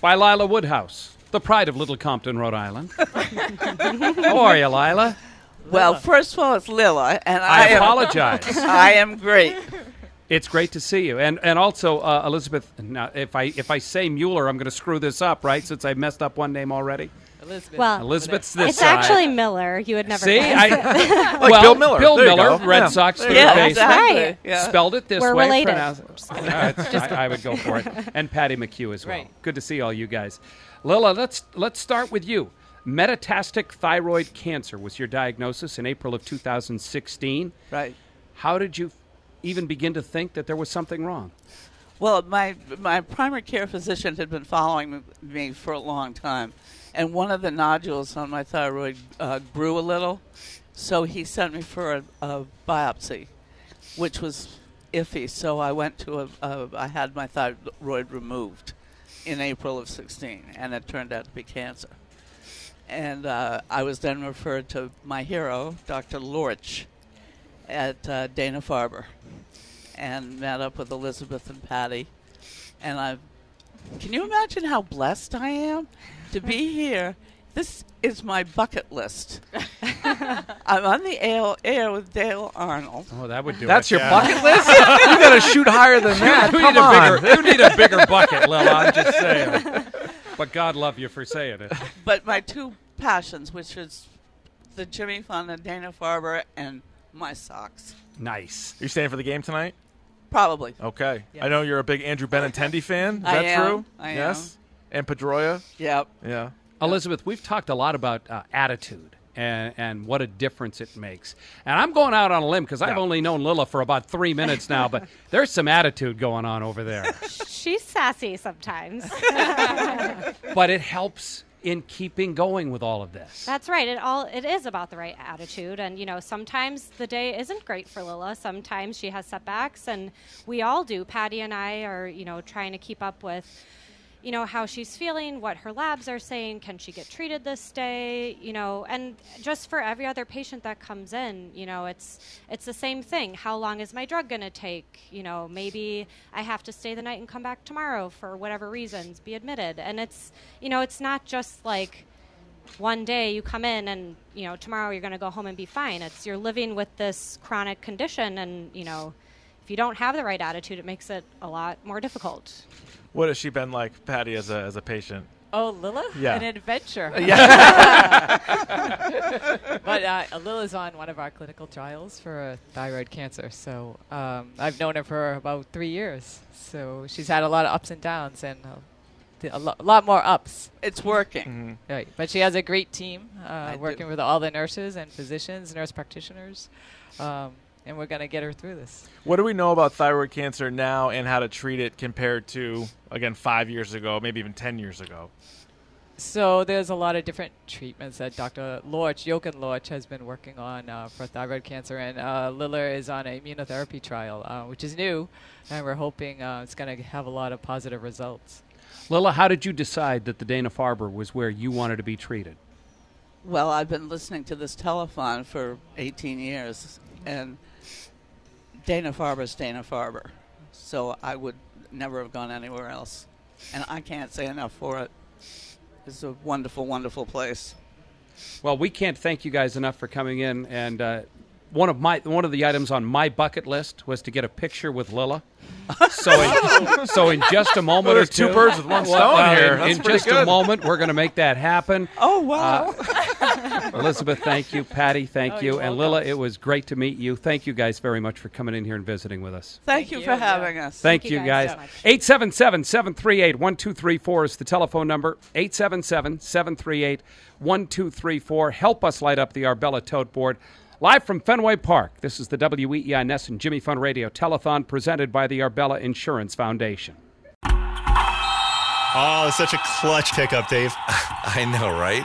by Lila Woodhouse, the pride of Little Compton, Rhode Island. How are you, Lila? Well, first of all, it's Lila, and I, I am- apologize. I am great. It's great to see you, and and also uh, Elizabeth. Now, if I if I say Mueller, I'm going to screw this up, right? Since I messed up one name already. Well, Elizabeth's this it's side. actually Miller. You would never See, guess. I, Like well, Bill Miller. Bill There you Miller, go. Red Yeah. Sox third Yeah, baseman. exactly. Right. Yeah. Spelled it this We're way. related. pronounced- Yeah, it's- I, I would go for it. And Patty McHugh as well. Good to see all you guys. Lila, let's let's start with you. Metastatic thyroid cancer was your diagnosis in April of 2016. Right. How did you even begin to think that there was something wrong? Well, my my primary care physician had been following me for a long time, and one of the nodules on my thyroid uh, grew a little, so he sent me for a, a biopsy, which was iffy. So I went to a, a I had my thyroid removed in April of sixteen, and it turned out to be cancer. And uh, I was then referred to my hero, Dr. Lorch, at uh, Dana Farber, and met up with Elizabeth and Patty. And I, can you imagine how blessed I am to be here? This is my bucket list. I'm on the air, air with Dale Arnold. Oh, that would do That's your bucket list? you got to shoot higher than that. you, Come need a on. bigger, you need a bigger bucket, Lila. I'm just saying. But God love you for saying it. But my two passions, which is the Jimmy Fonda, Dana Farber, and my socks, Nice. You're staying for the game tonight? probably. Okay. I know you're a big Andrew Benintendi fan. Is I that am. true? I am. yes. And Pedroia? Yep. Yeah. Elizabeth, we've talked a lot about uh, attitude and, and what a difference it makes. And I'm going out on a limb because I've Yeah. only known Lila for about three minutes now, but there's some attitude going on over there. She's sassy sometimes. but it helps in keeping going with all of this. That's right. It all it is about the right attitude, and you know sometimes the day isn't great for Lila. Sometimes she has setbacks, and we all do. Patty and I are you know trying to keep up with. You know how she's feeling, what her labs are saying. Can she get treated this day? You know, and just for every other patient that comes in, you know, it's it's the same thing. How long is my drug going to take? You know, maybe I have to stay the night and come back tomorrow for whatever reasons, be admitted. And it's you know, it's not just like one day you come in and you know tomorrow you're going to go home and be fine it's you're living with this chronic condition and you know if you don't have the right attitude it makes it a lot more difficult What has she been like, Patty, as a, as a patient? Oh, Lila? Yeah. An adventure. Yeah. but uh, Lila's on one of our clinical trials for uh, thyroid cancer. So um, I've known her for about three years. So she's had a lot of ups and downs and uh, th- a, lo- lot more ups. It's working. Right. But she has a great team uh, do. working with all the nurses and physicians, nurse practitioners. Um, and we're going to get her through this. what do we know about thyroid cancer now and how to treat it compared to, again, five years ago, maybe even 10 years ago? So there's a lot of different treatments that Dr. Lorch, Jochen Lorch, has been working on uh, for thyroid cancer, and uh, Liller is on an immunotherapy trial, uh, which is new, and we're hoping uh, it's going to have a lot of positive results. Lila, how did you decide that the Dana Farber was where you wanted to be treated? Well, I've been listening to this telethon for 18 years, and Dana Farber's Dana Farber. So I would never have gone anywhere else. And I can't say enough for it. It's a wonderful, wonderful place. Well, we can't thank you guys enough for coming in and uh, one of my one of the items on my bucket list was to get a picture with Lilla. So in, so in just a moment Well, or there's two two birds with one well, stone well, here. in- That's in pretty just a good. moment, we're going to make that happen. Oh wow! Oh, Elizabeth, thank you. Patty, thank you. you're And Lilla, it was great to meet you. Thank you guys very much for coming in here and visiting with us. Thank you you, for yeah. having us. Thank, Thank you you guys. guys so much. 877 738 1234 is the telephone number. 877 738 1234. Help us light up the Arbella tote board. Live from Fenway Park, this is the E WEEI Ness and Jimmy Fun Radio Telethon presented by the Arbella Insurance Foundation. Oh, it's such a clutch pickup, Dave. I know, right?